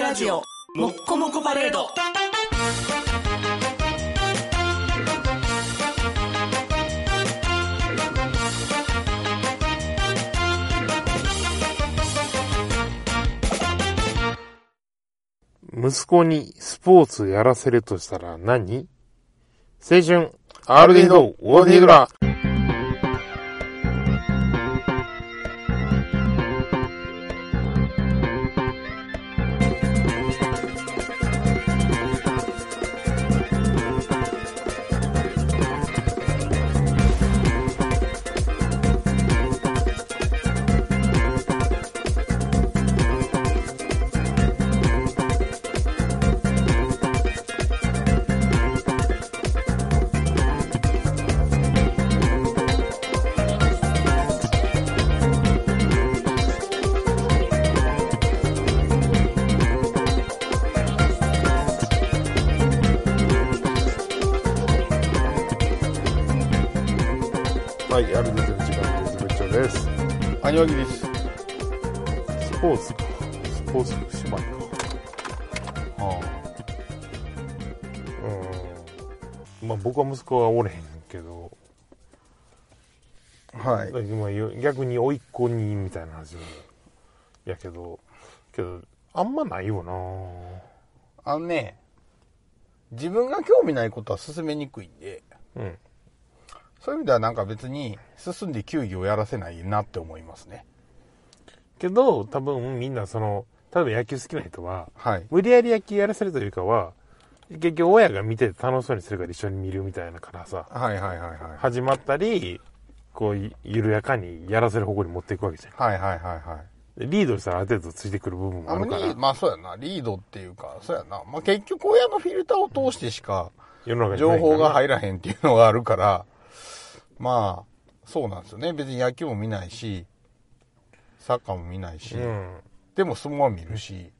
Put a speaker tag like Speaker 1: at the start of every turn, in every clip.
Speaker 1: ラジオもっこもこパレード
Speaker 2: 息子にスポーツやらせるとしたら何青春 RD のオーディグラはい、RD の時間です。部長です。
Speaker 3: アニワギです。
Speaker 2: スポーツか。スポーツ福島か。
Speaker 3: あ
Speaker 2: うん。まあ僕は息子はおれへんけど、
Speaker 3: あはい。
Speaker 2: まあよ逆に甥っ子にみたいな話もやけど、けど、あんまないよな
Speaker 3: あのね、自分が興味ないことは進めにくいんで、
Speaker 2: うん。
Speaker 3: そういう意味ではなんか別に進んで球技をやらせないなって思いますね。
Speaker 2: けど、多分みんなその、例えば野球好きな人は、
Speaker 3: はい。
Speaker 2: 無理やり野球やらせるというかは、結局親が見てて楽しそうにするから一緒に見るみたいなからさ、
Speaker 3: はいはいはいはい。
Speaker 2: 始まったり、こう、ゆ緩やかにやらせる方向に持っていくわけじゃん。
Speaker 3: はいはいはいはい。
Speaker 2: でリードしたらある程度ついてくる部分も
Speaker 3: あ
Speaker 2: あ
Speaker 3: の
Speaker 2: るか
Speaker 3: リ
Speaker 2: ら、
Speaker 3: まあそうやな、リードっていうか、そうやな。まあ結局親のフィルターを通してしか
Speaker 2: 世の中にない
Speaker 3: 情
Speaker 2: から
Speaker 3: 報が入らへんっていうのがあるから、まあ、そうなんですよね。別に野球も見ないし、サッカーも見ないし、
Speaker 2: うん。
Speaker 3: でも相撲は見るし、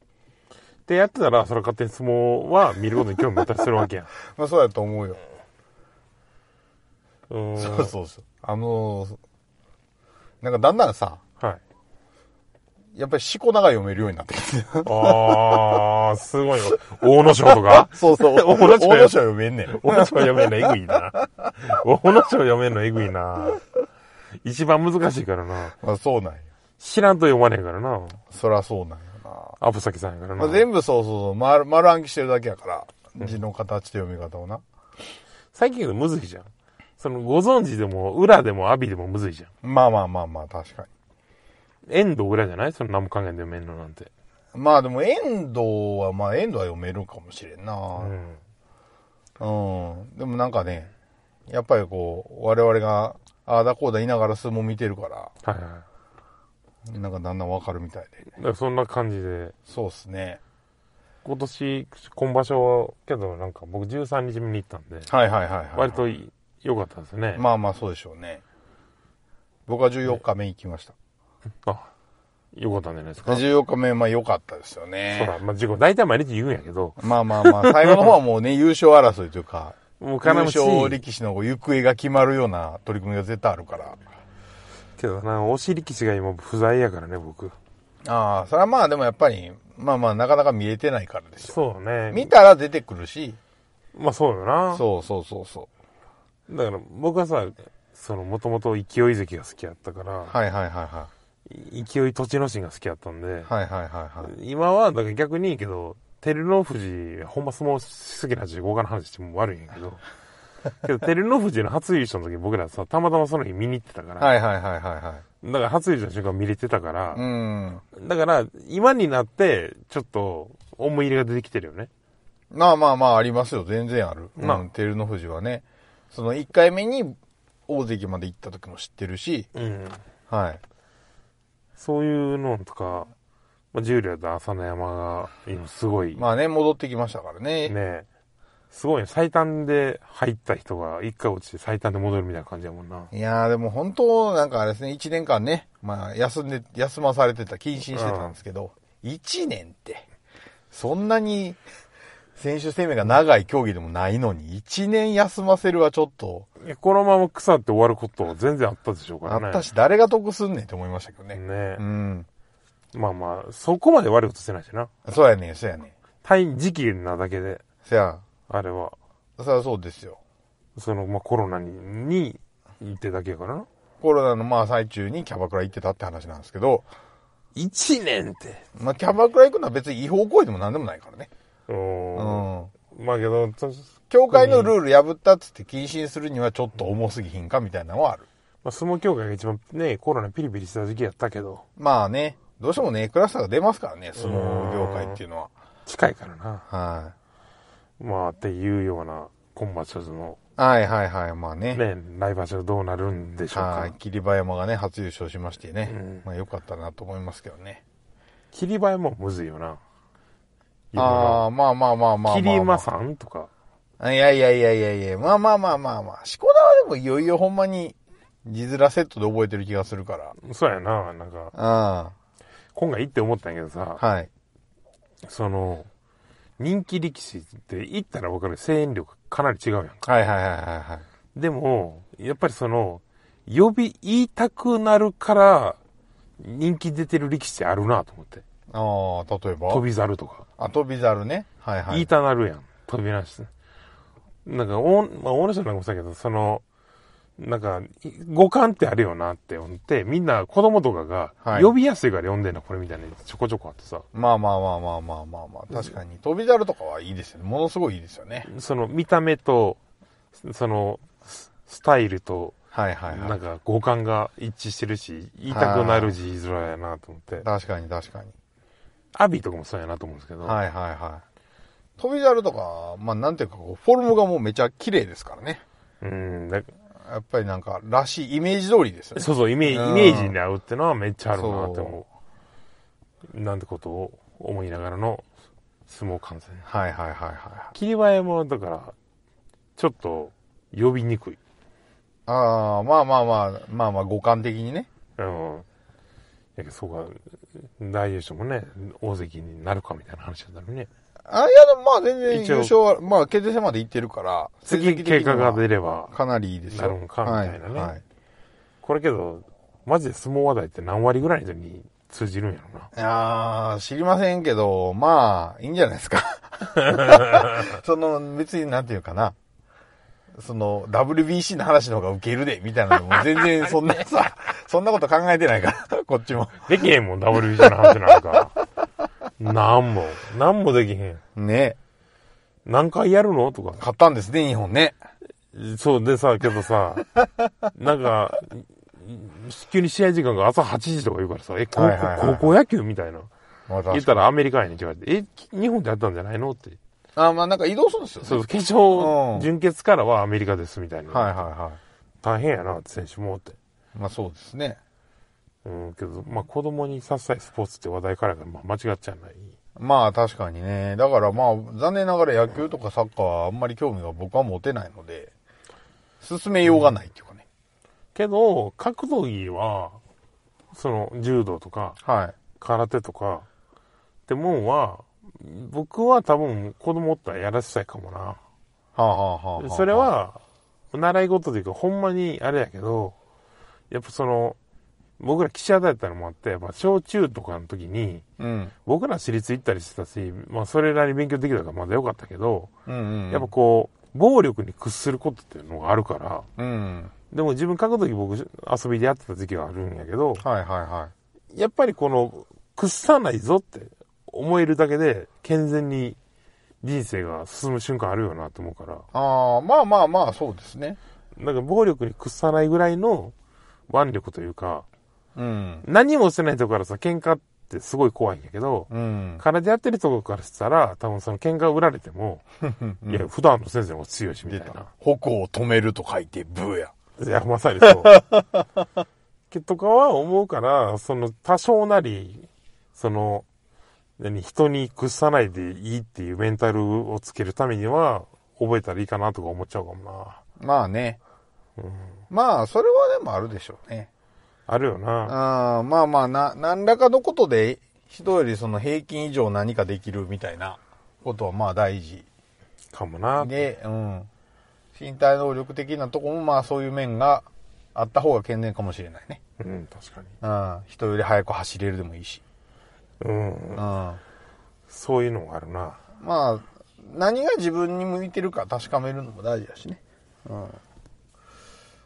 Speaker 2: ってやってたら、それは勝手に相撲は見ることに興味持ったりするわけやん。
Speaker 3: まあそうやと思うよ。
Speaker 2: うーん。
Speaker 3: そうそうそう。あのーなんかだんだんさ、
Speaker 2: はい。
Speaker 3: やっぱり四股長読めるようになってきて。
Speaker 2: あー、すごいよ。大野賞と か
Speaker 3: そうそう。
Speaker 2: 同
Speaker 3: 同
Speaker 2: じ
Speaker 3: じ
Speaker 2: よ
Speaker 3: 書読めんねん。
Speaker 2: 大野賞読めんのえぐいな。大野賞読めんのえぐいな。一番難しいからな。
Speaker 3: まあそうなんや。
Speaker 2: 知らんと読まねえからな。
Speaker 3: そらそうなんやな。
Speaker 2: アプサキさんやから
Speaker 3: ま
Speaker 2: な。
Speaker 3: あ、全部そうそうそう丸、丸暗記してるだけやから。字の形と読み方をな。
Speaker 2: 最近むずいじゃん。その、ご存知でも、裏でも、アビでもむずいじゃん。
Speaker 3: まあまあまあまあ、確か
Speaker 2: 遠藤裏じゃないその何も考えんで読めんのなんて。
Speaker 3: に。まあでも、遠藤は、まあ遠藤は読めるかもしれんな。
Speaker 2: う
Speaker 3: うん
Speaker 2: ん。
Speaker 3: でもなんかね、やっぱりこう、我々が、ああだこうだ言いながら相撲見てるか
Speaker 2: はいは
Speaker 3: ら、なんかだんだんわかるみたいで。
Speaker 2: い。だからそんな感じで、
Speaker 3: そうっすね。
Speaker 2: 今年、今場所は、けどなんか僕13日目に行ったんで、
Speaker 3: はいはいはい、はい。
Speaker 2: 割とい良かったですね。
Speaker 3: まあまあそうでしょうね。僕は14日目行きました。
Speaker 2: あ、良かったんじゃないですか。そ
Speaker 3: 14日目、まあ良かったですよね。
Speaker 2: ら、まあ、事故、大体毎日言うんやけど、
Speaker 3: まあまあまあ、最後の方はも うね、優勝争いというか、
Speaker 2: もう
Speaker 3: 優
Speaker 2: 金持ち
Speaker 3: 勝力士の行方が決まるような取り組みが絶対あるから。
Speaker 2: けどな、お尻騎士が今不在やからね、僕。
Speaker 3: ああ、それはまあでもやっぱり、まあまあなかなか見えてないからですよ。
Speaker 2: そうね。
Speaker 3: 見たら出てくるし、
Speaker 2: まあそうよな。
Speaker 3: そうそうそうそう。
Speaker 2: だから僕はさ、その、もともと勢い関が好きやったから、
Speaker 3: はいはいはいはい
Speaker 2: 勢い栃ノ心が好きやったんで
Speaker 3: い。、はいはいはいはい。
Speaker 2: 今は、だから逆にいいけど、照ノ富士、ほんま相撲すぎな話で豪華な話しても悪いんやけど、けど照ノ富士の初優勝の時僕らさ、たまたまその日見に行ってたから、
Speaker 3: はいはいはいはいは
Speaker 2: だ
Speaker 3: い。
Speaker 2: から初優勝の瞬間見れてたから
Speaker 3: う、ん。
Speaker 2: だから今になって、ちょっと思い入れが出てきてるよね。
Speaker 3: まあまあまあありますよ。全然ある。
Speaker 2: まあ
Speaker 3: うん、照ノ富士はね。その1回目に大関まで行った時も知ってるし、
Speaker 2: うん。
Speaker 3: はい。
Speaker 2: そういうのとか、まあ、重量と朝乃山が今すごい、
Speaker 3: まあね、戻ってきましたからね。
Speaker 2: ね、すごいね最短で入った人が一回落ちて最短で戻るみたいな感じやもんな。
Speaker 3: いやーでも本当、なんかあれですね、1年間ね、まあ休んで、休まされてた、謹慎してたんですけど、1年って、そんなに選手生命が長い競技でもないのに、1年休ませるはちょっと、
Speaker 2: いやこのまま腐って終わること全然あったでしょうからね。
Speaker 3: あったし、誰が得すんねんって思いましたけどね。
Speaker 2: ね
Speaker 3: う。ん。
Speaker 2: まあまあ、そこまで悪いことしてないしな。
Speaker 3: そうやねん、そうやねん。
Speaker 2: 対時期なだけで、
Speaker 3: そや、
Speaker 2: あれは、
Speaker 3: そりゃそうですよ。
Speaker 2: その、まあコロナに、に、行ってだけやからな。
Speaker 3: コロナのまあ最中にキャバクラ行ってたって話なんですけど、
Speaker 2: 1年って。
Speaker 3: まあキャバクラ行くのは別に違法行為でも何でもないからね。
Speaker 2: う。
Speaker 3: うんん。
Speaker 2: まあけど、と
Speaker 3: 教会のルール破ったっつって謹慎するにはちょっと重すぎひんかみたいなのはある。
Speaker 2: まあ、相撲協会が一番ね、コロナピリピリした時期やったけど、
Speaker 3: まあね、どうしてもね、クラスターが出ますからね、相撲業界っていうのは。
Speaker 2: 近いからな。
Speaker 3: は
Speaker 2: まあ、っていうような、今場所の、
Speaker 3: い。はいはいはい、まあね。
Speaker 2: ね、来場所どうなるんでしょう
Speaker 3: は
Speaker 2: か
Speaker 3: い。。霧馬山がね、初優勝しましてね。
Speaker 2: うん
Speaker 3: まあよかったなと思いますけどね。
Speaker 2: 霧馬山もむずいよな。
Speaker 3: あ
Speaker 2: あ
Speaker 3: あ、まあまあまあまあまあまあ。
Speaker 2: 霧馬さんとか。
Speaker 3: いやいやいやいやいや、まあまあまあまあまあ。しこだはでもいよいよほんまに、字面セットで覚えてる気がするから。
Speaker 2: そうやな、なんか、
Speaker 3: あ
Speaker 2: 今回行って思ったんやけどさ、
Speaker 3: あ、はい。
Speaker 2: その、人気力士って行ったら分かる声援力かなり違うやんか。
Speaker 3: はいはいはいはいはい。
Speaker 2: でも、やっぱりその、呼び、言いたくなるから、人気出てる力士ってあるなと思って。
Speaker 3: ああ、例えば
Speaker 2: 飛び猿とか。
Speaker 3: あ、飛び猿ね。はいはい。
Speaker 2: 言いたなるやん。飛び出して。なんか、おん、まあ、大野さんなんかもそうだけど、その、なんか、い五感ってあるよなって思って、みんな子供とかが
Speaker 3: は、い
Speaker 2: 呼びやすいから呼んでんな、これみたいな、ちょこちょこあってさ、
Speaker 3: まあまあまあまあまあまあまあ、確かに。飛び猿とかはいいですよね。ものすごいいいですよね。
Speaker 2: その見た目と、その、ススタイルと、
Speaker 3: はいはいは
Speaker 2: ないん。か五感が一致してるし、言いたくなる字面やなと思って、
Speaker 3: 確かに確かに。
Speaker 2: アビーとかもそうやなと思うんですけど、
Speaker 3: はいはいはい。飛び猿とか、まあなんていうかこう、フォルムがもうめちゃ綺麗ですからね。
Speaker 2: うんだ
Speaker 3: やっぱりなんか、らしい、イメージ通りですよね。
Speaker 2: そうそう、イメージ、イ
Speaker 3: うん
Speaker 2: メージに合うってのはめっちゃあるなって思う。なんてことを思いながらの相撲観戦。
Speaker 3: はいはいはいはいはい。
Speaker 2: 霧馬山はだから、ちょっと呼びにくい。
Speaker 3: ああ、まあまあまあ、まあまあ、五感的にね。
Speaker 2: うん。やけどそうか、大優勝もね、大関になるかみたいな話だったのにね。
Speaker 3: あいや、まあ全然
Speaker 2: 一
Speaker 3: 優
Speaker 2: 応
Speaker 3: 勝は、まあ決定戦まで行ってるから、成績
Speaker 2: 次、
Speaker 3: 的には
Speaker 2: 結果が出れば。
Speaker 3: かなりいいですよ。
Speaker 2: なるんかみたいなね
Speaker 3: はいはい
Speaker 2: これけど、マジで相撲話題って何割ぐらいの人に通じるんやろ
Speaker 3: いやー、知りませんけど、まあ、いいんじゃないです か。その、別になんていうかな。その、WBC の話の方がウケるで、みたいなのも全然そんな さ、そんなこと考えてないから、こっちも。
Speaker 2: な。できへんもん、WBC の話なんか。 なんも。なんもできへん。
Speaker 3: ね
Speaker 2: 何回やるのとか。
Speaker 3: 買ったんですね、日本ね。
Speaker 2: そうでさ、けど さ、なんか、急に試合時間が朝8時とか言うからさ、え、高校,、
Speaker 3: はいはいはいはい
Speaker 2: 高校野球みたいな。
Speaker 3: まあ、
Speaker 2: 言ったらアメリカやねんって言われて、え、日本でやったんじゃないのって。
Speaker 3: あまあなんか移動するんですよ、ね。
Speaker 2: そうそう、決
Speaker 3: うん
Speaker 2: 勝、準決からはアメリカですみたいな。
Speaker 3: はいはいは
Speaker 2: 大変やな、って選手もって。
Speaker 3: い。まあそうですね。
Speaker 2: うん、けど、まあ子供にさっさいスポーツって話題からやから、まあ間違っちゃない。
Speaker 3: まあ確かにね。だからまあ、残念ながら野球とかサッカーはあんまり興味が僕は持てないので、進めようがないっていうかね。
Speaker 2: けど、格闘技は、その、柔道とか、
Speaker 3: はい。
Speaker 2: 空手とかってもんは、僕は多分子供おったらやらせたいかもな。
Speaker 3: はあ、はあはあはあ、
Speaker 2: それは、習い事というか、ほんまにあれやけど、やっぱその、僕ら記者だったのもあって、やっぱ小中とかの時に、
Speaker 3: うん。
Speaker 2: 僕ら私立行ったりしてたし、まあそれなりに勉強できたからまだ良かったけど、
Speaker 3: うんうんうん。
Speaker 2: やっぱこう、暴力に屈することっていうのがあるから、
Speaker 3: うん。
Speaker 2: でも自分書く時僕遊びでやってた時期があるんやけど、
Speaker 3: はいはいは
Speaker 2: やっぱりこの、屈さないぞって思えるだけで、健全に人生が進む瞬間あるよなと思うから、
Speaker 3: い。ああ、まあまあまあ、そうですね。
Speaker 2: なんか暴力に屈さないぐらいの腕力というか、
Speaker 3: うん。
Speaker 2: 何もしてないとこからさ、喧嘩ってすごい怖いんやけど、
Speaker 3: うん。
Speaker 2: 空手やってるとこからしたら、多分その喧嘩売られても、いや、普段の先生の方が強いし、み
Speaker 3: 出
Speaker 2: たいな
Speaker 3: た。。矛を止めると書いて、ブーや。
Speaker 2: いや、まさにそう。けとかは思うから、その、多少なり、その、何、人に屈さないでいいっていうメンタルをつけるためには、覚えたらいいかなとか思っちゃうかもな。
Speaker 3: まあね。まあ、それはでもあるでしょうね。
Speaker 2: あるよな。
Speaker 3: ああ、まあまあ、な、何らかのことで、人よりその平均以上何かできるみたいなことはまあ大事。
Speaker 2: かもな。
Speaker 3: で、うん。身体能力的なとこもまあそういう面があった方が健全かもしれないね。
Speaker 2: うん、確かに。
Speaker 3: うん。人より速く走れるでもいいし。
Speaker 2: うん
Speaker 3: う。ん。ま
Speaker 2: そういうのがあるな。
Speaker 3: あ、何が自分に向いてるか確かめるのも大事だしね。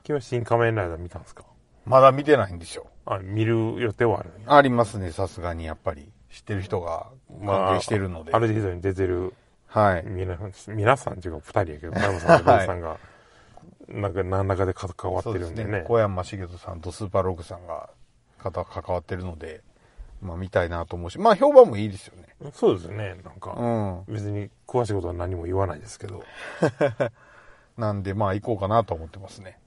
Speaker 2: 君は新仮面ライダー見たんですか
Speaker 3: まだ見てないんでしょ。
Speaker 2: あ、見る予定はあるんや
Speaker 3: ありますね、さすがにやっぱり。知ってる人が関係してるので。
Speaker 2: ある程度に出てる、
Speaker 3: はい。
Speaker 2: 皆さん、皆さんっていうか二人やけど、小山さんと小山さんが、なんか何らかで関わって
Speaker 3: そうで
Speaker 2: る
Speaker 3: す
Speaker 2: んで
Speaker 3: ね
Speaker 2: ね。
Speaker 3: 小山茂人さんとスーパーログさんが方関わってるので、まあ見たいなと思うし、まあ評判もいいですよね。
Speaker 2: そうですね、なんか。
Speaker 3: う
Speaker 2: 別に詳しいことは何も言わないですけど、
Speaker 3: ん。なんでまあ行こうかなと思ってますね。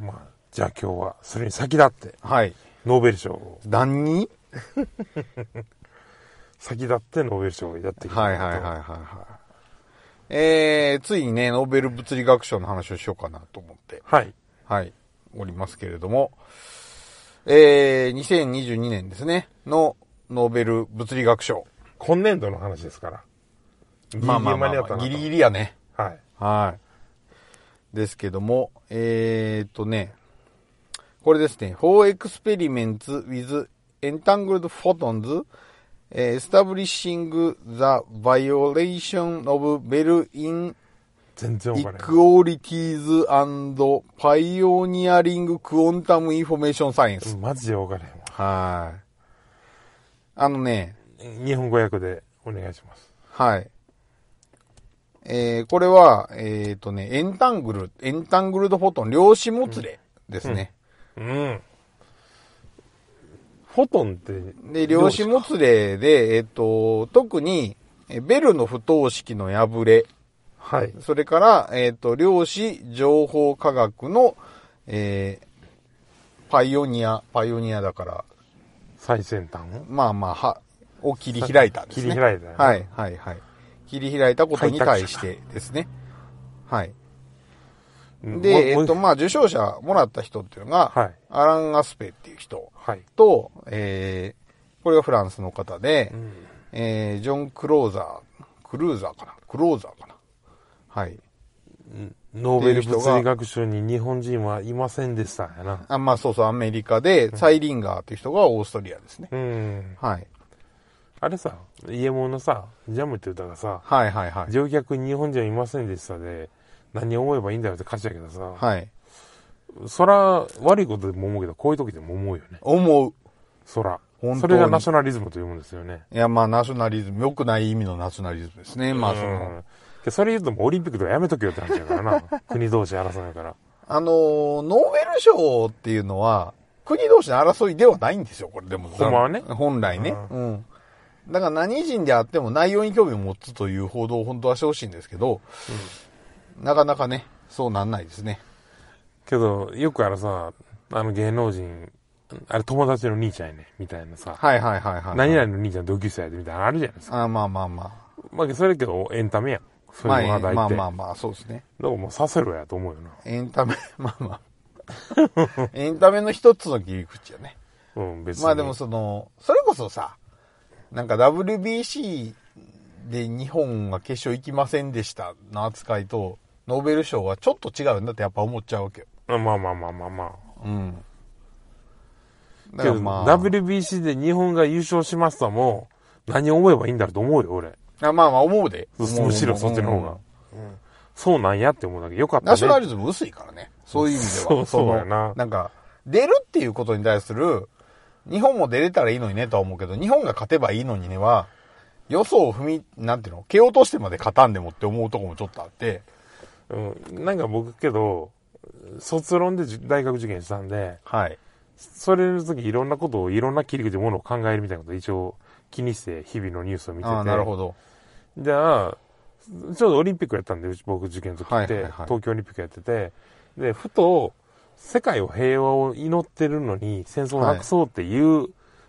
Speaker 2: まあ、じゃあ今日はそれに先立って、
Speaker 3: はい。
Speaker 2: ノーベル賞を、
Speaker 3: 何に
Speaker 2: 先立ってノーベル賞をやってきた。
Speaker 3: はいはいはいはいはい。えー、ついにね、ノーベル物理学賞の話をしようかなと思って、
Speaker 2: はい。
Speaker 3: はい、おりますけれども、えー、2022年ですね、のノーベル物理学賞。
Speaker 2: 今年度の話ですから。ギリギリ
Speaker 3: まあまあま
Speaker 2: 間
Speaker 3: あ
Speaker 2: に合ったなと。
Speaker 3: ギリギリやね。
Speaker 2: はい。
Speaker 3: はい。ですけども、えー、っとね、これですね、4 experiments with entangled photons eh, establishing the violation of Bell-in
Speaker 2: 全然わからない。
Speaker 3: equalities and pioneering quantum information science。
Speaker 2: マジでわからへ
Speaker 3: はい。あのね、
Speaker 2: んわ。日本語訳でお願いします。
Speaker 3: はい。えー、これは、えっ、とね、エンタングル、エンタングルドフォトン、量子もつれですね。
Speaker 2: うん。フォトンって。
Speaker 3: で、量子もつれで、えっ、と、特に、えベルの不等式の破れ、
Speaker 2: はい。
Speaker 3: それから、えっ、と、量子情報科学の、えー、パイオニア、パイオニアだから、
Speaker 2: 最先端
Speaker 3: まあまあ、は、を切り開いたんですね。
Speaker 2: 切り開いたよね
Speaker 3: はい、はい、はい。切り開いたことに対してですね。はい。で、
Speaker 2: も
Speaker 3: えっと、
Speaker 2: も
Speaker 3: まあ、受賞者もらった人っていうのが、
Speaker 2: はい
Speaker 3: アラン・アスペっていう人
Speaker 2: はい。
Speaker 3: と、えー、これがフランスの方で、
Speaker 2: ん
Speaker 3: えー、ジョン・クローザー、クルーザーかなクローザーかなはい。
Speaker 2: ノーベル物理学賞に日本人はいませんでしたんやな。
Speaker 3: あ、まあ、そうそう、アメリカで、サイリンガーっていう人がオーストリアですね。
Speaker 2: うん。
Speaker 3: はい。
Speaker 2: あれさ、イエモンのさ、ジャムって歌がさ、
Speaker 3: はい、はい、はい。
Speaker 2: 乗客に日本人はいませんでしたで、何を思えばいいんだろうって歌詞だけどさ、
Speaker 3: はい。
Speaker 2: そら、悪いことでも思うけど、こういう時でも思うよね。
Speaker 3: 思う。
Speaker 2: そら
Speaker 3: 本当。に
Speaker 2: それがナショナリズムというもんですよね。
Speaker 3: いや、まあ、ナショナリズム、良くない意味のナショナリズムですね。まあ、その、
Speaker 2: うんでそれ言うともうオリンピックとかやめとけよって話やから な。国同士争うから。
Speaker 3: あのーノーベル賞っていうのは、国同士の争いではないんですよ、これでも。
Speaker 2: ほんまはね
Speaker 3: 本来ね。
Speaker 2: う
Speaker 3: うん。だから何人であっても内容に興味を持つという報道を本当はしてほしいんですけど、なかなかね、そうなんないですね。
Speaker 2: けど、よくあのさ、あの芸能人、あれ友達の兄ちゃんやね、みたいなさ。
Speaker 3: はいはいはいはい。
Speaker 2: 何々の兄ちゃん同級生やでみたいなのあるじゃないですか。
Speaker 3: あまあまあま
Speaker 2: まあ、それやけど、エンタメやん。
Speaker 3: あ。
Speaker 2: そう
Speaker 3: ま
Speaker 2: い
Speaker 3: あ、
Speaker 2: う話
Speaker 3: え
Speaker 2: 題って。
Speaker 3: まあまあまあ、そうですね。
Speaker 2: だからもうさせろやと思うよな。
Speaker 3: エンタメ、 まあまあ。エンタメの一つの切り口よね。
Speaker 2: うん、別に。
Speaker 3: まあでもその、それこそさ、なんか WBC で日本は決勝行きませんでしたの扱いと、ノーベル賞はちょっと違うんだってやっぱ思っちゃうわけよ。
Speaker 2: まあまあまあまあまあまあ。
Speaker 3: うん。だ
Speaker 2: け
Speaker 3: から
Speaker 2: ど、
Speaker 3: まあ、
Speaker 2: WBC で日本が優勝しましたも、何を思えばいいんだろうと思うよ、俺。
Speaker 3: あまあまあ思うで。
Speaker 2: む
Speaker 3: 思う
Speaker 2: むしろそっちの方が。うんそうなんやって思うだけ。よかったね。
Speaker 3: ナショナリズム薄いからね。そういう意味では。
Speaker 2: そうそう
Speaker 3: の
Speaker 2: やな
Speaker 3: なんか、出るっていうことに対する、日本も出れたらいいのにねとは思うけど、日本が勝てばいいのにねは、予想を踏み、なんていうの、蹴落としてまで勝たんでもって思うとこもちょっとあって、
Speaker 2: うん。なんか僕けど、卒論でじ大学受験したんで、
Speaker 3: はい。
Speaker 2: それの時いろんなことを、いろんな切り口でものを考えるみたいなことを一応気にして、日々のニュースを見てて。
Speaker 3: ああ、なるほど。
Speaker 2: じゃあ、ちょうどオリンピックやったんで、うち僕受験の時って、
Speaker 3: はいはいはい
Speaker 2: 東京オリンピックやってて、で、ふと、世界を平和を祈ってるのに、戦争をなくそうっていう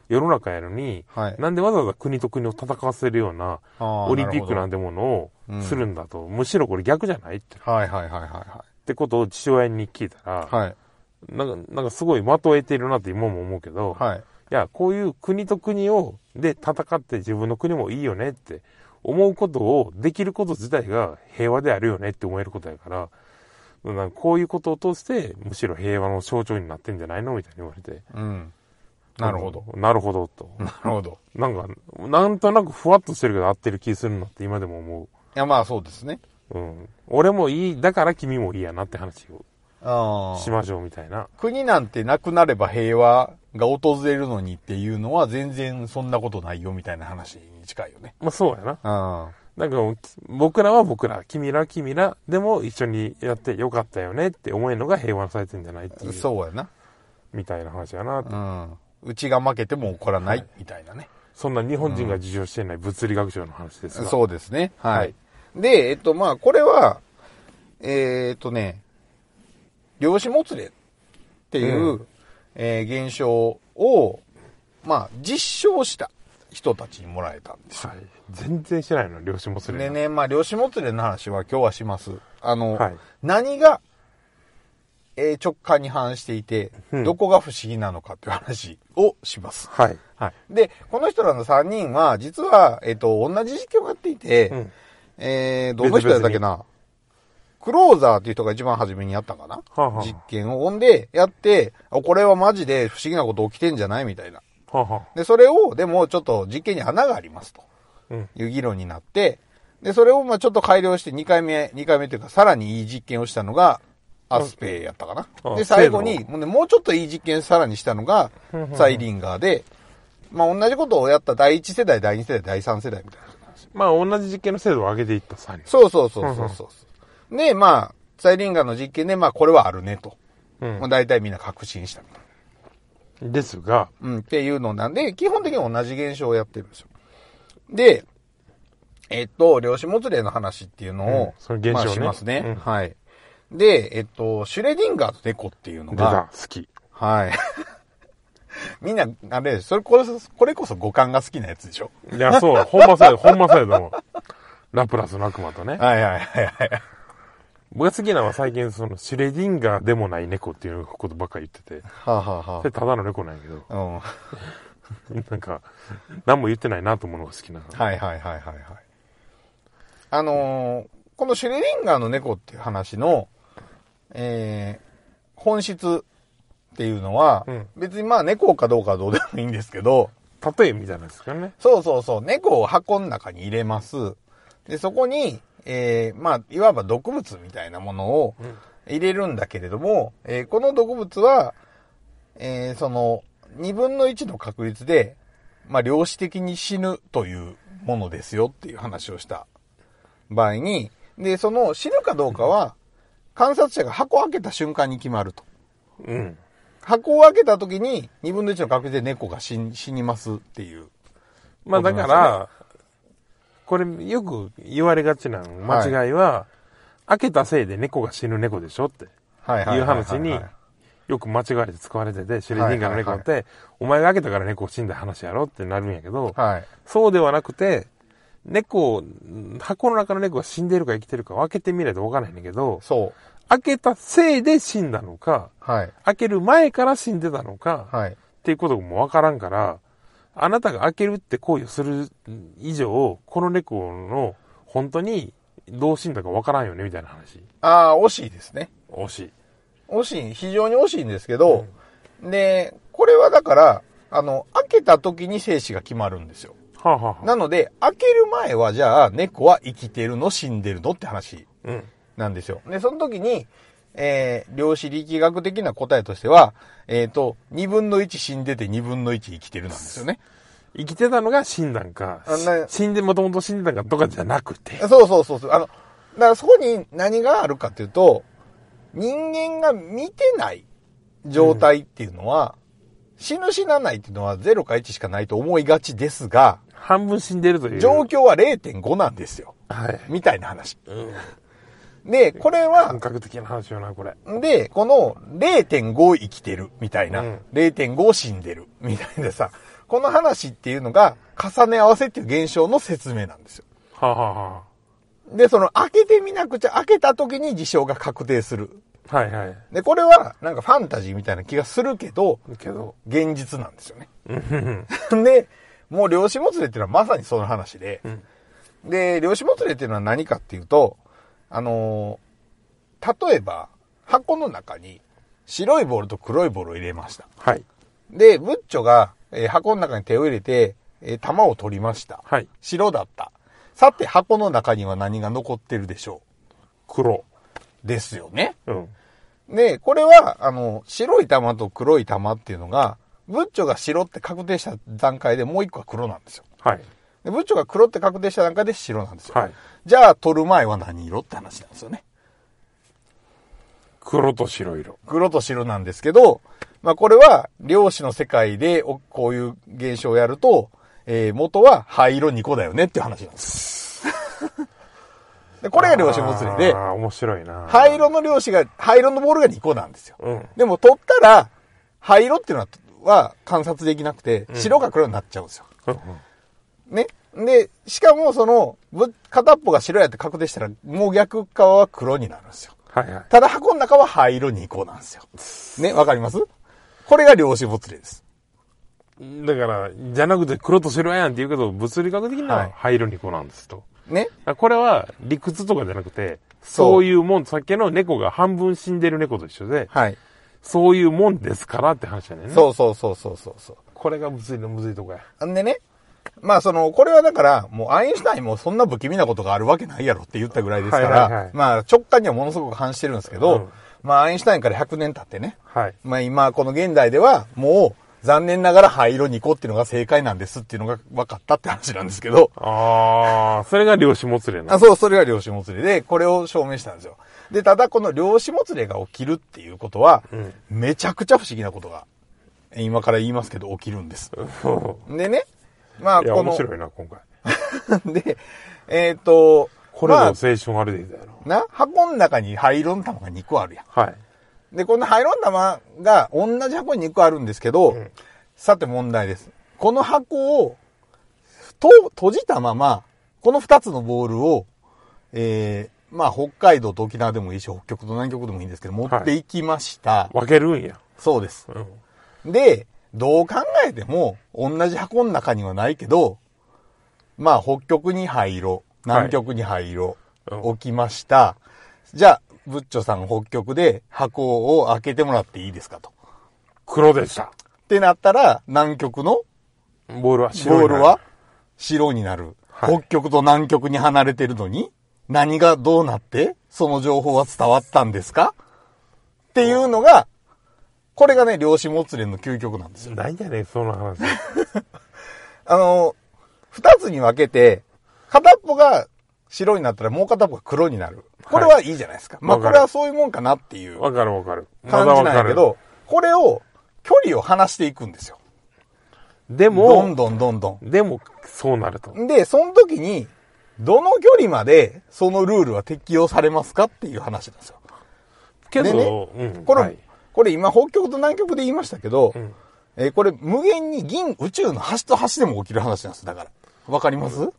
Speaker 2: 世の中やのに、
Speaker 3: はい
Speaker 2: なんでわざわざ国と国を戦わせるような、
Speaker 3: ああ
Speaker 2: オリンピックなんてものをするんだと、むしろこれ逆じゃないってっ
Speaker 3: はいはいはいは
Speaker 2: てことを父親に聞いたら、
Speaker 3: いはい。はい。
Speaker 2: なんか、なんかすごい的を得てるなって今も思うけど、
Speaker 3: はい。
Speaker 2: いや、こういう国と国を、で戦って自分の国もいいよねって思うことを、できること自体が平和であるよねって思えることやから、なんかこういうことを通して、むしろ平和の象徴になってんじゃないのみたいに言われて、
Speaker 3: うん。なるほど。
Speaker 2: なるほど、と。
Speaker 3: なるほど。
Speaker 2: なんか、なんとなくふわっとしてるけど合ってる気するなって今でも思
Speaker 3: いや、まあそうですね。
Speaker 2: う。うん。俺もいい、だから君もいいやなって話を
Speaker 3: あ
Speaker 2: しましょうみたいな。
Speaker 3: 国なんてなくなれば平和が訪れるのにっていうのは全然そんなことないよみたいな話に近いよね。
Speaker 2: まあそうやな。
Speaker 3: あ
Speaker 2: なんかもうき僕らは僕ら、君らは君ら、でも一緒にやってよかったよねって思えるのが平和の祭典じゃないっていう、
Speaker 3: そうやな。
Speaker 2: みたいな話やな、
Speaker 3: うん。うちが負けても怒らないみたいなね。
Speaker 2: そんな日本人が受賞していない物理学賞の話ですが。
Speaker 3: そうですね。は
Speaker 2: はいい。
Speaker 3: で、えっと、まあ、これは、えーっとね、量子もつれっていう、
Speaker 2: うん
Speaker 3: えー現象を、まあ、実証した人たちにもらえたんですよ
Speaker 2: はい。全然してないの、量子もすれ
Speaker 3: で
Speaker 2: な。
Speaker 3: ね、まあ、量子もつれの話は今日はします。あの、
Speaker 2: はい
Speaker 3: 何が、えー直感に反していて、
Speaker 2: うん
Speaker 3: どこが不思議なのかっていう話をします。
Speaker 2: はい。
Speaker 3: はい。で、この人らの3人は、実は、えっ、と、同じ実況をやっていて、
Speaker 2: うん
Speaker 3: えー、どの人やったっけな、クローザーっていう人が一番初めにやったかな、
Speaker 2: あはあ
Speaker 3: 実験を。ほんで、やって、あこれはマジで不思議なこと起きてんじゃないみたいな。
Speaker 2: はあ、は
Speaker 3: で、それを、でもちょっと実験に穴がありますと。
Speaker 2: あ、うん。
Speaker 3: いう議論になって、で、それをまあちょっと改良して2回目、2回目というかさらにいい実験をしたのが、アスペやったかな。
Speaker 2: あ
Speaker 3: で、最後に
Speaker 2: 精、
Speaker 3: もうねもうちょっといい実験さらにしたのが、サイリンガーで、まあ同じことをやった第1世代、第2世代、第3世代みたいな。
Speaker 2: まあ、同じ実験の精度を上げていった3人。
Speaker 3: そうそうそうそうそう。で、まあ、サイリンガーの実験で、まあこれはあるねと。
Speaker 2: うん
Speaker 3: まあ大体みんな確信したみたいな。
Speaker 2: ですが、
Speaker 3: うん、っていうのなんで、基本的に同じ現象をやってるんですよ。で、えっと、量子もつれの話っていうのを、
Speaker 2: うんその現象ね
Speaker 3: まあしますね、
Speaker 2: うん
Speaker 3: はい。で、えっと、シュレディンガーと猫っていうの
Speaker 2: 出
Speaker 3: が、
Speaker 2: た、好き。
Speaker 3: はい。 みんな、あれ、それこれ、これこそ五感が好きなやつでしょ。
Speaker 2: いや、そう、ほんまそうや、ほんまそうやと思う。ラプラスの悪魔とね。
Speaker 3: はいはいはいはい。
Speaker 2: 僕が好きなのは最近、その、シュレディンガーでもない猫っていうことばっかり言ってて、
Speaker 3: はあ、は
Speaker 2: それただの猫なんやけど、
Speaker 3: あはあ、う ん。
Speaker 2: なんか、何も言ってないなと思うのが好きなの。
Speaker 3: はいはいはいはいはい。あのーこのシュレディンガーの猫っていう話の、えー、本質っていうのは、
Speaker 2: うん
Speaker 3: 別にまあ猫かどうかはどうでもいいんですけど、
Speaker 2: 例えみたいなんですよね。
Speaker 3: そうそうそう、猫を箱の中に入れます。で、そこに、えー、まあ、いわば毒物みたいなものを入れるんだけれども、えーこの毒物は、えー、その、2分の1の確率で、まあ、量子的に死ぬというものですよっていう話をした場合に、で、その死ぬかどうかは、観察者が箱を開けた瞬間に決まると。
Speaker 2: うん。
Speaker 3: 箱を開けた時に2分の1の確率で猫が死に死にますっていう。
Speaker 2: まあだか
Speaker 3: わ
Speaker 2: ら、これよく言われがちな間違いは、開けたせいで猫が死ぬ猫でしょって
Speaker 3: はい
Speaker 2: いう話によく間違われて使われてて、シュレディンガーの猫って、お前が開けたから猫死んだ話やろってなるんやけど、
Speaker 3: はい。
Speaker 2: そうではなくて、猫を、ん箱の中の猫が死んでるか生きてるかを開けてみないとわからへんねんけど、
Speaker 3: そう。
Speaker 2: 開けたせいで死んだのか、
Speaker 3: はい。
Speaker 2: 開ける前から死んでたのか、
Speaker 3: はい。
Speaker 2: っていうこともわからんから、あなたが開けるって行為をする以上、この猫の本当にどう死んだかわからんよねみたいな話。
Speaker 3: ああ、惜しいですね。
Speaker 2: 惜しい。
Speaker 3: 惜しい、非常に惜しいんですけど、で、これはだから、あの、開けた時に生死が決まるんですよ。
Speaker 2: はあ、はあはあ、
Speaker 3: なので、開ける前はじゃあ、猫は生きてるの死んでるのって話
Speaker 2: うん。
Speaker 3: なんですよ。で、その時に、えー、量子力学的な答えとしては、えっ、と、2分の1死んでて2分の1生きてるなんですよね。
Speaker 2: 生きてたのが死んだんか
Speaker 3: あね、
Speaker 2: 死んで、もともと死んでたんかとかじゃなくて。
Speaker 3: そうそうそうそう。あの、だからそこに何があるかっていうと、人間が見てない状態っていうのは、死ぬ死なないっていうのは0か1しかないと思いがちですが、
Speaker 2: 半分死んでるという。
Speaker 3: 状況は0.5なんですよ。
Speaker 2: はい。
Speaker 3: みたいな話。
Speaker 2: うん
Speaker 3: で、これ
Speaker 2: 感
Speaker 3: は、
Speaker 2: 覚的な話よな、これ。
Speaker 3: で、この0.5生きてるみたいな、
Speaker 2: うん
Speaker 3: 0.5死んでるみたいなさ、この話っていうのが重ね合わせっていう現象の説明なんですよ。
Speaker 2: はあ、はあは
Speaker 3: で、その開けてみなくちゃ、開けた時に事象が確定する
Speaker 2: あ、はいはい。
Speaker 3: で、これはなんかファンタジーみたいな気がするけど、
Speaker 2: けど、
Speaker 3: 現実なんですよね。 で、もう量子もつれっていうのはまさにその話で、で、量子もつれっていうのは何かっていうと、あのー例えば箱の中に白いボールと黒いボールを入れました。
Speaker 2: はい。
Speaker 3: で、ブッチョがえー箱の中に手を入れて、えー玉を取りました。
Speaker 2: はい。
Speaker 3: 白だった。さて、箱の中には何が残ってるでしょ
Speaker 2: 黒。
Speaker 3: うですよね。
Speaker 2: うん。
Speaker 3: で、これは、あの、白い玉と黒い玉っていうのが、ブッチョが白って確定した段階でもう一個は黒なんですよ。
Speaker 2: はい。
Speaker 3: でブッチョが黒って確定した段階で白なんですよ。
Speaker 2: はい
Speaker 3: じゃあ、取る前は何色って話なんですよね。
Speaker 2: 黒と白色。
Speaker 3: 黒と白なんですけど、まあこれは、漁師の世界でおこういう現象をやると、えー元は灰色2個だよねっていう話なんです。 でこれが漁師もつれで
Speaker 2: あ、あ、面白いな。
Speaker 3: 灰色の漁師が、灰色のボールが2個なんですよ。
Speaker 2: うん
Speaker 3: でも取ったら、灰色っていうのはは観察できなくて、白が黒になっちゃうんですよ。
Speaker 2: うんうん
Speaker 3: ね。で、しかもその、ぶ片っぽが白やって確定したら、もう逆側は黒になるんですよ。
Speaker 2: はいはい。
Speaker 3: ただ箱の中は灰色に移行なんですよ。ね、わかりますこれが量子物理です。
Speaker 2: だから、じゃなくて黒と白やんって言うけど、物理学的に
Speaker 3: は
Speaker 2: はい灰色にこうなんですと。
Speaker 3: ね。
Speaker 2: あこれは理屈とかじゃなくて、
Speaker 3: そう
Speaker 2: そういうもん、さっきの猫が半分死んでる猫と一緒で、
Speaker 3: はい。
Speaker 2: そういうもんですからって話だね。う。
Speaker 3: そうそうそうそうそうそう。
Speaker 2: これが物理のむずいとこや。
Speaker 3: あんでね、まあその、これはだから、もうアインシュタインもそんな不気味なことがあるわけないやろって言ったぐらいですから、
Speaker 2: はいはいはい
Speaker 3: まあ直感にはものすごく反してるんですけど、
Speaker 2: うん
Speaker 3: まあアインシュタインから100年経ってね、
Speaker 2: はい。
Speaker 3: まあ今この現代ではもう残念ながら灰色2個っていうのが正解なんですっていうのが分かったって話なんですけど、
Speaker 2: ああ、それが量子もつれな
Speaker 3: あ。そう、それが量子もつれで、これを証明したんですよ。で、ただこの量子もつれが起きるっていうことは、
Speaker 2: ん
Speaker 3: めちゃくちゃ不思議なことが、今から言いますけど起きるんです。でね、まあ
Speaker 2: いや、
Speaker 3: こ
Speaker 2: 面
Speaker 3: の、
Speaker 2: 白いな、今回。
Speaker 3: で、えっ、と、
Speaker 2: これも
Speaker 3: ま
Speaker 2: 青
Speaker 3: あ、
Speaker 2: 春あれでいいだよな。
Speaker 3: な、箱の中に灰色の玉が2個あるやん。
Speaker 2: はい。
Speaker 3: で、この灰色の玉が同じ箱に2個あるんですけど、
Speaker 2: ん
Speaker 3: さて問題です。この箱を、と、閉じたまま、この2つのボールを、えー、まあ北海道と沖縄でもいいし、北極と南極でもいいんですけど、持っていきました。
Speaker 2: 分けるんや。
Speaker 3: そうです。
Speaker 2: うん。
Speaker 3: で、どう考えても、同じ箱の中にはないけど、まあ、北極に灰色、南極に灰色、
Speaker 2: うん
Speaker 3: 置きました。じゃあ、ブッチョさん北極で箱を開けてもらっていいですかと。っ
Speaker 2: 黒でした。
Speaker 3: てなったら、南極の
Speaker 2: ボールは白い
Speaker 3: ボ
Speaker 2: な
Speaker 3: ールは白になる。
Speaker 2: はい
Speaker 3: 北極と南極に離れてるのに、何がどうなって、その情報は伝わったんですかっていうのが、これがね、量子もつれの究極なんですよ
Speaker 2: ないんじゃねえ、その 話。
Speaker 3: あの、二つに分けて、片っぽが白になったらもう片っぽが黒になる。これはいいじゃないですか。まあ
Speaker 2: わか
Speaker 3: こ
Speaker 2: る
Speaker 3: れはそういうもんかなっていう
Speaker 2: わかるわかる。ま
Speaker 3: 感
Speaker 2: だ
Speaker 3: じ
Speaker 2: わ
Speaker 3: なん
Speaker 2: か
Speaker 3: やけ
Speaker 2: る。
Speaker 3: ど、これを、距離を離していくんですよ。
Speaker 2: で
Speaker 3: どん
Speaker 2: も、
Speaker 3: どんどんど
Speaker 2: でも、そうなると。
Speaker 3: ん。で、その時に、どの距離までそのルールは適用されますかっていう話なんですよ。
Speaker 2: け
Speaker 3: で
Speaker 2: ど、
Speaker 3: ね
Speaker 2: うん。
Speaker 3: これ、
Speaker 2: はい
Speaker 3: これ今北極と南極で言いましたけど、
Speaker 2: ん
Speaker 3: えーこれ無限に銀宇宙の端と端でも起きる話なんです。だから。わかります、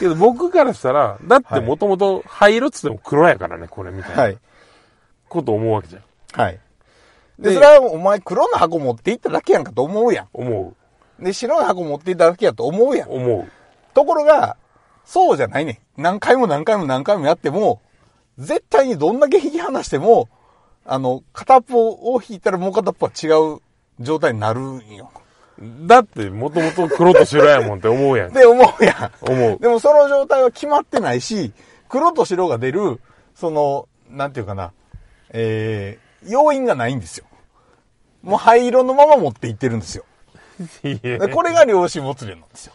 Speaker 2: けど僕からしたら、だって
Speaker 3: はい
Speaker 2: もともと灰色っつっても黒やからね、これみたいな。
Speaker 3: はい。
Speaker 2: こと思うわけじゃん。
Speaker 3: はい。
Speaker 2: で
Speaker 3: で、それはお前黒の箱持って行っただけやんかと思うや
Speaker 2: 思
Speaker 3: ん。で、白の箱持って行っただけやと思うや
Speaker 2: う。
Speaker 3: ん。
Speaker 2: 思
Speaker 3: ところが、そうじゃないねん。何回も何回も何回もやっても、絶対にどんだけ引き離しても、あの、片っぽを引いたらもう片っぽは違う状態になるんよ。
Speaker 2: う。だってもともと黒と白やもんって思うやん。
Speaker 3: で、思うやん。
Speaker 2: 思う
Speaker 3: でもその状態は決まってないし、黒と白が出る、その、なんていうかな、えー、要因がないんですよ。もう灰色のまま持っていってるんですよ。
Speaker 2: いや
Speaker 3: でこれが量子もつれなんですよ。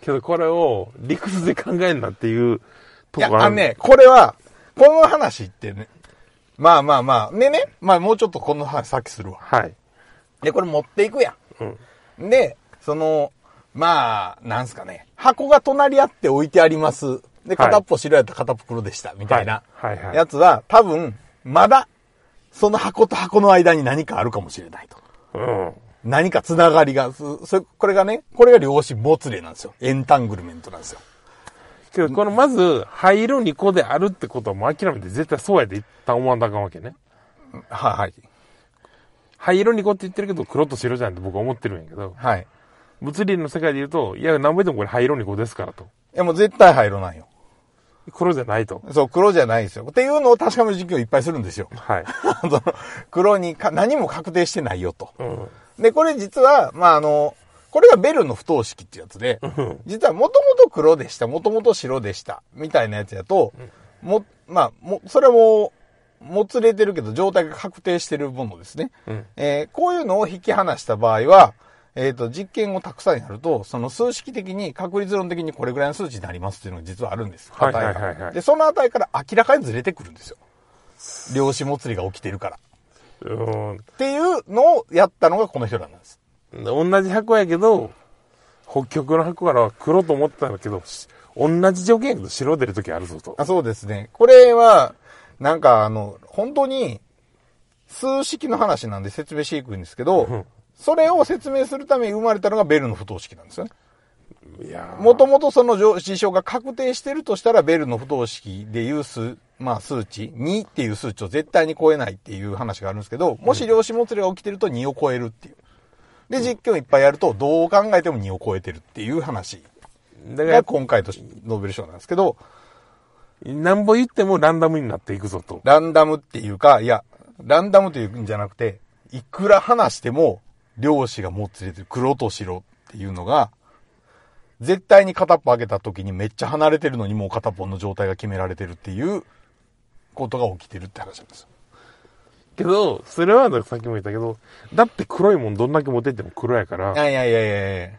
Speaker 2: けどこれを理屈で考えんなっていうと
Speaker 3: いや、
Speaker 2: こあ
Speaker 3: あ
Speaker 2: る
Speaker 3: のね、これは、この話ってね、まあまあまあ、でね、まあもうちょっとこの話さっきするわ。
Speaker 2: はい。
Speaker 3: で、これ持っていくや
Speaker 2: うん。
Speaker 3: ん。で、その、まあ、なんすかね、箱が隣り合って置いてあります。で、片っぽ白やったら片っぽ黒でした、みたいな
Speaker 2: はいはいはい
Speaker 3: やつは、多分、まだ、その箱と箱の間に何かあるかもしれないと。
Speaker 2: うん。
Speaker 3: 何かつながりが、そ、そこれがね、これが量子もつれなんですよ。エンタングルメントなんですよ。
Speaker 2: けどこのまず灰色2個であるってことはもう諦めて絶対そうやで一旦思わんとあかんわけね。
Speaker 3: はいはい。
Speaker 2: 灰色2個って言ってるけど黒と白じゃんって僕は思ってるんやけど、
Speaker 3: はい。
Speaker 2: 物理の世界で言うと、いや、何倍でもこれ灰色2個ですからと。
Speaker 3: いや、もう絶対灰色なんよ。
Speaker 2: 黒じゃないと。
Speaker 3: そう、黒じゃないですよ。っていうのを確かめる実験をいっぱいするんですよ。
Speaker 2: はい。
Speaker 3: その黒にか何も確定してないよと。
Speaker 2: うん。
Speaker 3: で、これ実は、まあ、あの、これがベルの不等式ってやつで、実はもともと黒でした、もともと白でした、みたいなやつやと、も、まあ、も、それはもう、もつれてるけど、状態が確定してるものですね。えーこういうのを引き離した場合は、えっ、と、実験をたくさんやると、その数式的に、確率論的にこれぐらいの数値になりますっていうのが実はあるんです。
Speaker 2: はいはいはいはい
Speaker 3: 値がで、その値から明らかにずれてくるんですよ。量子もつれが起きてるから。
Speaker 2: うん
Speaker 3: っていうのをやったのがこの人らなんです。
Speaker 2: 同じ箱やけど、北極の箱からは黒と思ってたんだけど、し同じ条件やけど白出るときあるぞと。
Speaker 3: あそうですね。これは、なんかあの、本当に、数式の話なんで説明していくんですけど、それを説明するために生まれたのがベルの不等式なんですよね。
Speaker 2: いやー
Speaker 3: もともとその上事象が確定してるとしたら、ベルの不等式でいう数、まあ数値、2っていう数値を絶対に超えないっていう話があるんですけど、もし量子もつれが起きてると2を超えるっていう。で、実験をいっぱいやると、どう考えても2を超えてるっていう話
Speaker 2: だから
Speaker 3: が、今回とノーベル賞なんですけど、
Speaker 2: なんぼ言ってもランダムになっていくぞと。
Speaker 3: ランダムっていうか、いや、ランダムというんじゃなくて、いくら話しても、量子がもつれてる、黒と白っていうのが、絶対に片っぽ上げた時にめっちゃ離れてるのにもう片っぽの状態が決められてるっていうことが起きてるって話なんですよ。
Speaker 2: けど、それはだからさっきも言ったけど、だって黒いもんどんだけ持ってっても黒やから
Speaker 3: い、やいやいやいやいや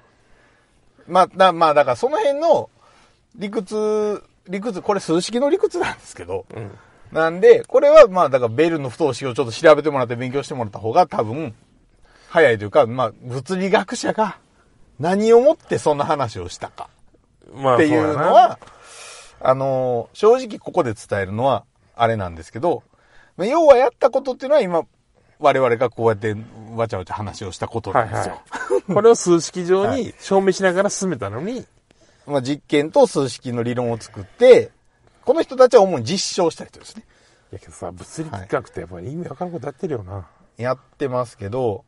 Speaker 3: まあ、だ、まあ、だからその辺の理屈、理屈、これ数式の理屈なんですけど、なんで、これはまあ、だからベルの不等式をちょっと調べてもらって勉強してもらった方が多分、早いというか、まあ、物理学者が何をもってそんな話をしたか
Speaker 2: まあ
Speaker 3: っていうのは、あのー正直ここで伝えるのは、あれなんですけど、まあ要はやったことっていうのは今、我々がこうやってわちゃわちゃ話をしたこと
Speaker 2: そうや
Speaker 3: なん
Speaker 2: な
Speaker 3: ですよ。
Speaker 2: はいはい。これを数式上に証明しながら進めたのに、
Speaker 3: まあ、実験と数式の理論を作って、この人たちは主に実証した人ですね。
Speaker 2: いやけどさ、物理企画ってやっぱり意味わからんことやってるよな。
Speaker 3: やってますけど、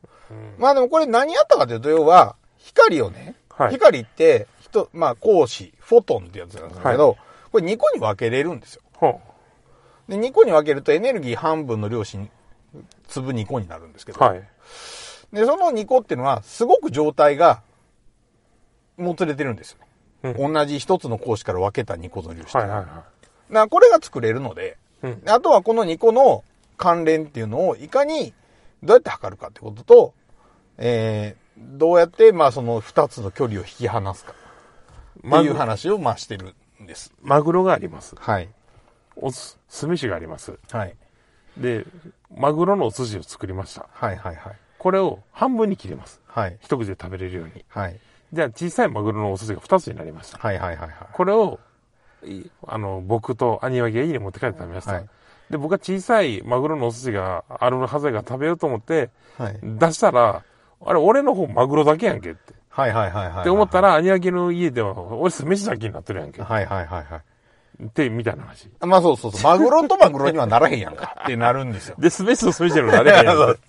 Speaker 3: まあでもこれ何やったかというと、要は、光をね、
Speaker 2: はい
Speaker 3: 光って、人、まあ、光子、フォトンってやつなんですけど、これ2個に分けれるんですよ。
Speaker 2: ほ
Speaker 3: で、2個に分けるとエネルギー半分の量子に、粒2個になるんですけど、
Speaker 2: はい。
Speaker 3: で、その2個っていうのは、すごく状態が、もつれてるんですよね。同じ1つの光子から分けた2個の粒子。
Speaker 2: はいはいは
Speaker 3: なこれが作れるので、
Speaker 2: うん
Speaker 3: あとはこの2個の関連っていうのをいかにどうやって測るかってことと、えー、どうやって、まあその2つの距離を引き離すか
Speaker 2: い。
Speaker 3: っていう
Speaker 2: マグ
Speaker 3: 話を、まあしてるんです。
Speaker 2: マグロがあります。
Speaker 3: はい。
Speaker 2: おす、酢飯があります。
Speaker 3: はい。
Speaker 2: で、マグロのお寿司を作りました。
Speaker 3: はいはいはい。
Speaker 2: これを半分に切ります。
Speaker 3: はい。
Speaker 2: 一口で食べれるように。
Speaker 3: はい。
Speaker 2: じゃあ小さいマグロのお寿司が二つになりました。
Speaker 3: はいはいはいはい。
Speaker 2: これを、いあの、僕と兄は家に持って帰って食べました。
Speaker 3: はい
Speaker 2: で、僕は小さいマグロのお寿司があるはずやから食べようと思って、
Speaker 3: はい
Speaker 2: 出したら、あれ、俺の方マグロだけやんけって。
Speaker 3: はいはいはいはい。
Speaker 2: って思った
Speaker 3: ら。
Speaker 2: ら、兄は家の家では、俺酢飯だけになってるやんけ。
Speaker 3: はいはいはいはい。
Speaker 2: って、みたいな話。。
Speaker 3: まあそうそうそう。マグロとマグロにはならへんやんかってなるん ですよ
Speaker 2: で、酢飯と酢飯の誰かや
Speaker 3: そ
Speaker 2: ん
Speaker 3: う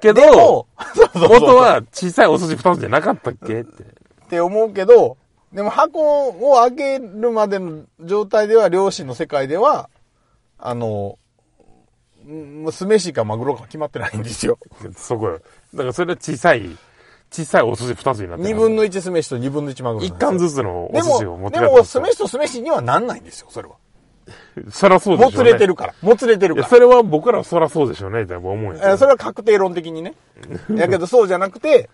Speaker 2: け。けど、
Speaker 3: そうそうそう
Speaker 2: 元は小さいお寿司二つじゃなかったっけって。
Speaker 3: って思うけど、でも箱を開けるまでの状態では、両親の世界では、あの、ん酢飯かマグロか決まってないんですよ。
Speaker 2: そこよ。だからそれは小さい、小さいお寿司二つになって
Speaker 3: 二分
Speaker 2: の
Speaker 3: の一酢飯と二分の一マグロ。
Speaker 2: 一貫ず
Speaker 3: つ。
Speaker 2: つのお
Speaker 3: で
Speaker 2: 寿司を持
Speaker 3: も、
Speaker 2: って
Speaker 3: で
Speaker 2: 帰って
Speaker 3: も、酢飯と酢飯にはなんないんですよ、それは。
Speaker 2: そりゃそうでしょ
Speaker 3: も
Speaker 2: う、ね。
Speaker 3: つれてるから。もつれてる
Speaker 2: いや、
Speaker 3: か
Speaker 2: それは僕らはそらそうでしょうね、って思うんやけど
Speaker 3: ら。えーそれは確定論的 にね。やけど、そうじゃなくて、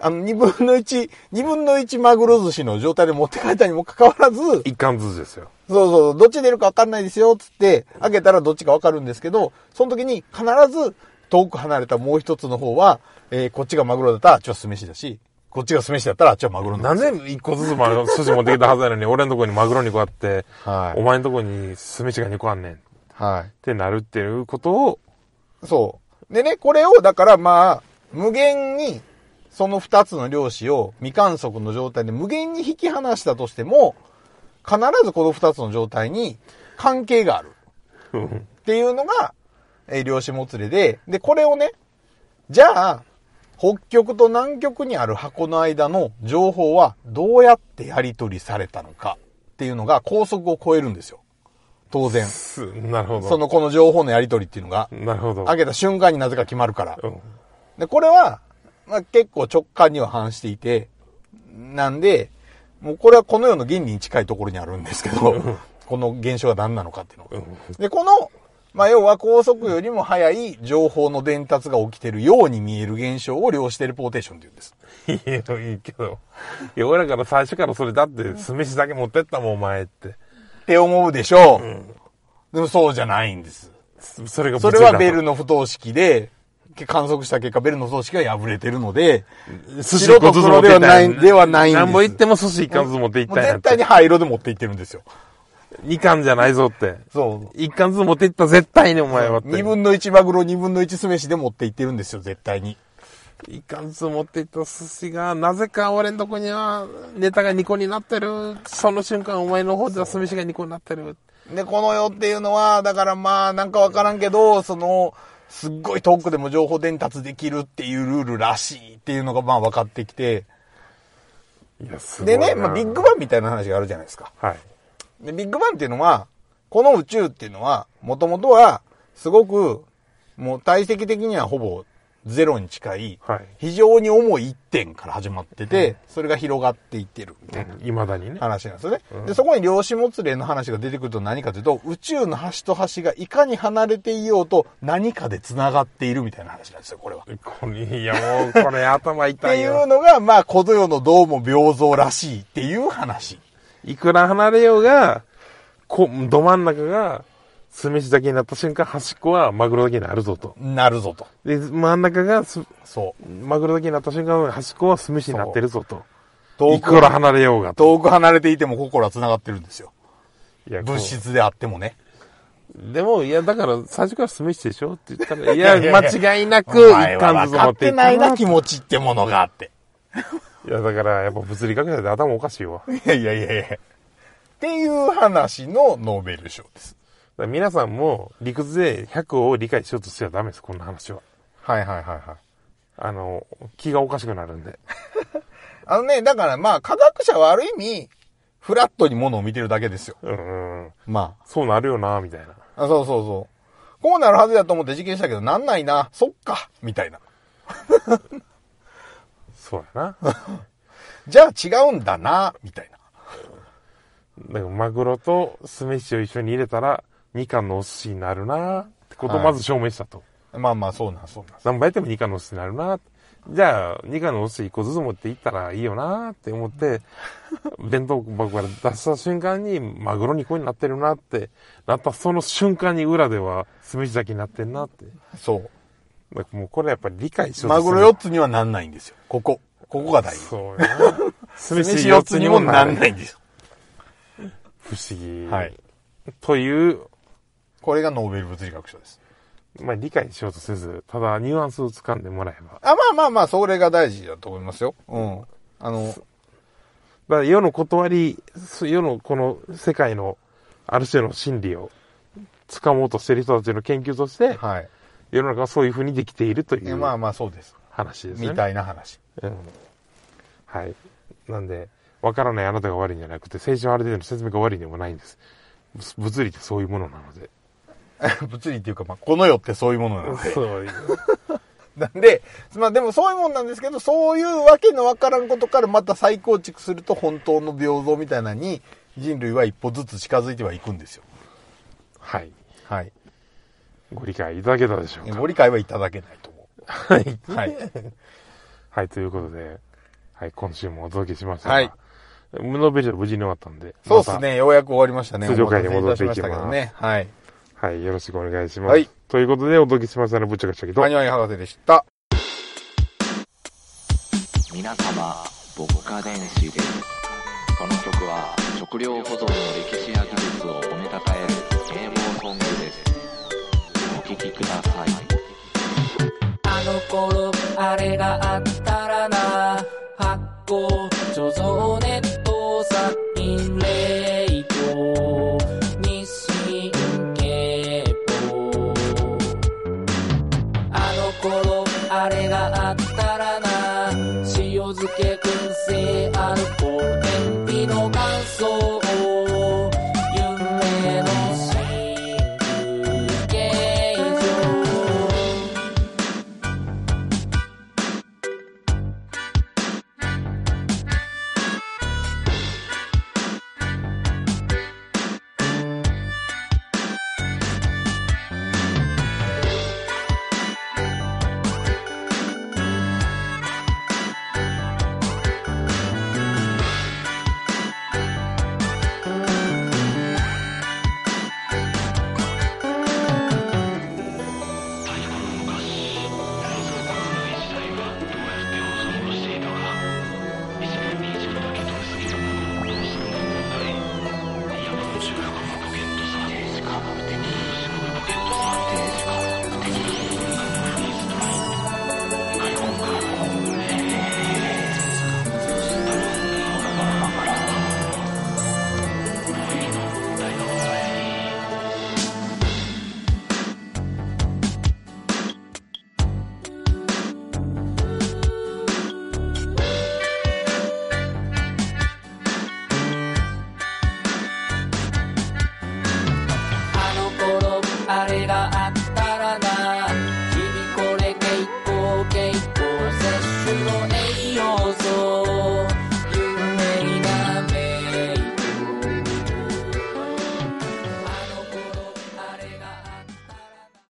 Speaker 3: あの、二分の一、二分の一マグロ寿司の状態で持って帰ったにもかかわらず、
Speaker 2: 一貫ずつですよ。
Speaker 3: そうそう、どっち出るか分かんないですよ、つって、開けたらどっちか分かるんですけど、その時に必ず遠く離れたもう一つの方は、えーこっちがマグロだったらあっちは酢飯だし、こっちが酢飯だったらあっちはマグロ
Speaker 2: な
Speaker 3: な
Speaker 2: んん
Speaker 3: ですよ。
Speaker 2: で一個ずつマグロ寿司持ってきたはずやのに、俺のとこにマグロ2個あって、
Speaker 3: はい
Speaker 2: お前のとこに酢飯が2個あんねん。っ
Speaker 3: は
Speaker 2: てなるっていうことを、
Speaker 3: い。そう。でね、これを、だからまあ、無限に、その二つの量子を未観測の状態で無限に引き離したとしても、必ずこの二つの状態に関係がある。っていうのが、えー量子もつれで、で、これをね、じゃあ、北極と南極にある箱の間の情報はどうやってやり取りされたのかっていうのが高速を超えるんですよ。当然。
Speaker 2: すなるほど。
Speaker 3: そのこの情報のやり取りっていうのが、
Speaker 2: なるほど。
Speaker 3: 開けた瞬間になぜか決まるから
Speaker 2: う。ん
Speaker 3: で、これは、まあ、結構直感には反していて、なんで、もうこれはこの世の原理に近いところにあるんですけど、この現象が何なのかっていうの。で、この、まあ、要は高速よりも速い情報の伝達が起きてるように見える現象を量子テレポーテーションって言うんです。
Speaker 2: いや、いいけど。いや、俺らから最初からそれだって、酢飯だけ持ってったもん、お前って。
Speaker 3: って思うでしょう。でもそうじゃないんです。
Speaker 2: そそれが
Speaker 3: そ
Speaker 2: 物理だ
Speaker 3: れ
Speaker 2: と
Speaker 3: はベルの不等式で、観測した結果、ベルの不等式が破れてるので、
Speaker 2: 寿司一個ずつ持っていったや
Speaker 3: 白と黒ではないではないんです
Speaker 2: なんぼ言っても寿司一貫ずつ持っていっ
Speaker 3: も
Speaker 2: た
Speaker 3: うん
Speaker 2: やん
Speaker 3: 絶
Speaker 2: って
Speaker 3: 対に灰色で持っていってるんですよ。
Speaker 2: 二貫じゃないぞって。
Speaker 3: そう。
Speaker 2: 一貫ずつ持っていった絶対にお前はって。
Speaker 3: 二分の一マグロ、二分の一酢飯で持っていってるんですよ、絶対に。
Speaker 2: 一貫ずつ持っていった寿司が、なぜか俺んとこにはネタが2個になってる。その瞬間お前の方では酢飯が2個になってる。
Speaker 3: で、この世っていうのは、だからまあ、なんかわからんけど、その、すっごい遠くでも情報伝達できるっていうルールらしいっていうのがまあ分かってきて。
Speaker 2: いや、すごい
Speaker 3: で
Speaker 2: な。
Speaker 3: ね、まあビッグバンみたいな話があるじゃないですか。
Speaker 2: はい。
Speaker 3: で、ビッグバンっていうのは、この宇宙っていうのは、もともとは、すごく、もう体積的にはほぼゼロに近い、
Speaker 2: はい
Speaker 3: 非常に重い一点から始まってて、それが広がっていってるみたいな
Speaker 2: 未だにね。
Speaker 3: 話なんですよね。で、そこに量子もつれの話が出てくると何かというと、宇宙の端と端がいかに離れていようと何かで繋がっているみたいな話なんですよ、これは。
Speaker 2: これ、いやもうこれ頭
Speaker 3: って
Speaker 2: 痛い
Speaker 3: い
Speaker 2: よ
Speaker 3: う。のが、まあ、この世のどうも病像らしいっていう話。
Speaker 2: いくら離れようが、こ、ど真ん中が、酢飯だけになった瞬間、端っこはマグロだけになるぞと。
Speaker 3: なるぞと。
Speaker 2: で、真ん中がす、
Speaker 3: そう。
Speaker 2: マグロだけになった瞬間、端っこは酢飯になってるぞと。
Speaker 3: 遠
Speaker 2: いくら離れようがと。
Speaker 3: 遠く離れていても心は繋がってるんですよ。
Speaker 2: いやこう
Speaker 3: 物質であってもね。
Speaker 2: でも、いや、だから、最初から酢飯でしょって言った ら、い
Speaker 3: いやい
Speaker 2: や、
Speaker 3: やいや
Speaker 2: 間違いな
Speaker 3: お
Speaker 2: く、
Speaker 3: 前
Speaker 2: 一
Speaker 3: は
Speaker 2: 貫
Speaker 3: 分
Speaker 2: ずつ持
Speaker 3: か
Speaker 2: っ
Speaker 3: って
Speaker 2: い
Speaker 3: て
Speaker 2: っ
Speaker 3: な
Speaker 2: た
Speaker 3: いな、
Speaker 2: な。
Speaker 3: 気持ちってものがあって。
Speaker 2: いや、だから、やっぱ物理学者で頭おかしいわ。だか
Speaker 3: いやいやいやいや。っていう話のノーベル賞です。
Speaker 2: ら皆さんも、理屈で100を理解しようとしてはダメです、こんな話は。
Speaker 3: はいはいはいはい。
Speaker 2: あの、気がおかしくなるんで。
Speaker 3: あのね、だからまあ科学者はある意味、フラットにものを見てるだけですよ。
Speaker 2: うんうん。
Speaker 3: ま
Speaker 2: そうなるよな、みたいな。
Speaker 3: あ。あそうそうそう。こうなるはずだと思って実験したけど、なんないな、そっか、みたいな。
Speaker 2: そうやな。
Speaker 3: じゃあ違うんだな、みたいな。
Speaker 2: だからマグロと酢飯を一緒に入れたら、2貫のお寿司になるなってことを
Speaker 3: はい
Speaker 2: まず証明したと。
Speaker 3: まあまあ、そうなん、そうなん。
Speaker 2: 何倍やっても2貫のお寿司になるなじゃあ、2貫のお寿司1個ずつ持っていったらいいよなって思って、弁当箱から出した瞬間に、マグロ2個になってるなって、なったその瞬間に裏では酢飯だけになってんなって。
Speaker 3: そう。
Speaker 2: だからもうこれやっぱり理解しようと
Speaker 3: マ
Speaker 2: する
Speaker 3: グロ4つにはなんないんですよ。ここ。ここが大事。
Speaker 2: そうやな。酢。
Speaker 3: 酢飯4つにもなんないいんですよ。
Speaker 2: 不思議。
Speaker 3: はい。
Speaker 2: という、
Speaker 3: これがノーベル物理学賞です。
Speaker 2: まあ理解しようとせず、ただニュアンスを掴んでもらえば。
Speaker 3: あ、まあまあまあ、それが大事だと思いますよ。うん。あの、
Speaker 2: だから世の断り、す世のこの世界のある種の真理を掴もうとしてる人たちの研究として、
Speaker 3: はい。
Speaker 2: 世の中はそういうふうにできているとい
Speaker 3: え
Speaker 2: う
Speaker 3: まあまあ、そうです。
Speaker 2: 話ですね。
Speaker 3: みたいな話。
Speaker 2: うん。はい。なんで、わからないあなたが悪いんじゃなくて、青春ある程度の説明が悪いでもないんです。ぶ物理ってそういうものなので。
Speaker 3: 物理っていうか、まあ、この世って そういうものなので。
Speaker 2: そう。
Speaker 3: なん で、まあでもそういうもんなんですけど、そういうわけのわからんことからまた再構築すると本当の平等みたいなのに、人類は一歩ずつ近づいてはいくんですよ。
Speaker 2: はい。
Speaker 3: はい。
Speaker 2: ご理解いただけたでしょうか。
Speaker 3: ご理解はいただけないと思
Speaker 2: はい。
Speaker 3: う。はい。
Speaker 2: はい、ということで、はい、今週もお届けしましたが。
Speaker 3: はい
Speaker 2: 無能ベル無事に終わったんで。
Speaker 3: そうです
Speaker 2: また
Speaker 3: ね。ようやく終わりましたね。
Speaker 2: 通常回に戻っていきます
Speaker 3: お待たせたしましたけどね。はい。
Speaker 2: はい、よろしくお願いします。
Speaker 3: はい
Speaker 2: ということで、お届けしましたのはぶっちゃかしたけど、
Speaker 3: ワニワニ博士でした。
Speaker 4: 皆様牧歌電子ですこの曲は食料保存の歴史や技術を褒めたたえる啓蒙ソングですお聴きください
Speaker 1: あの頃あれがあったらな発酵貯蔵ネット殺菌冷凍日清経法あの頃あれがあったらな塩漬け燻製アルコール天日の乾燥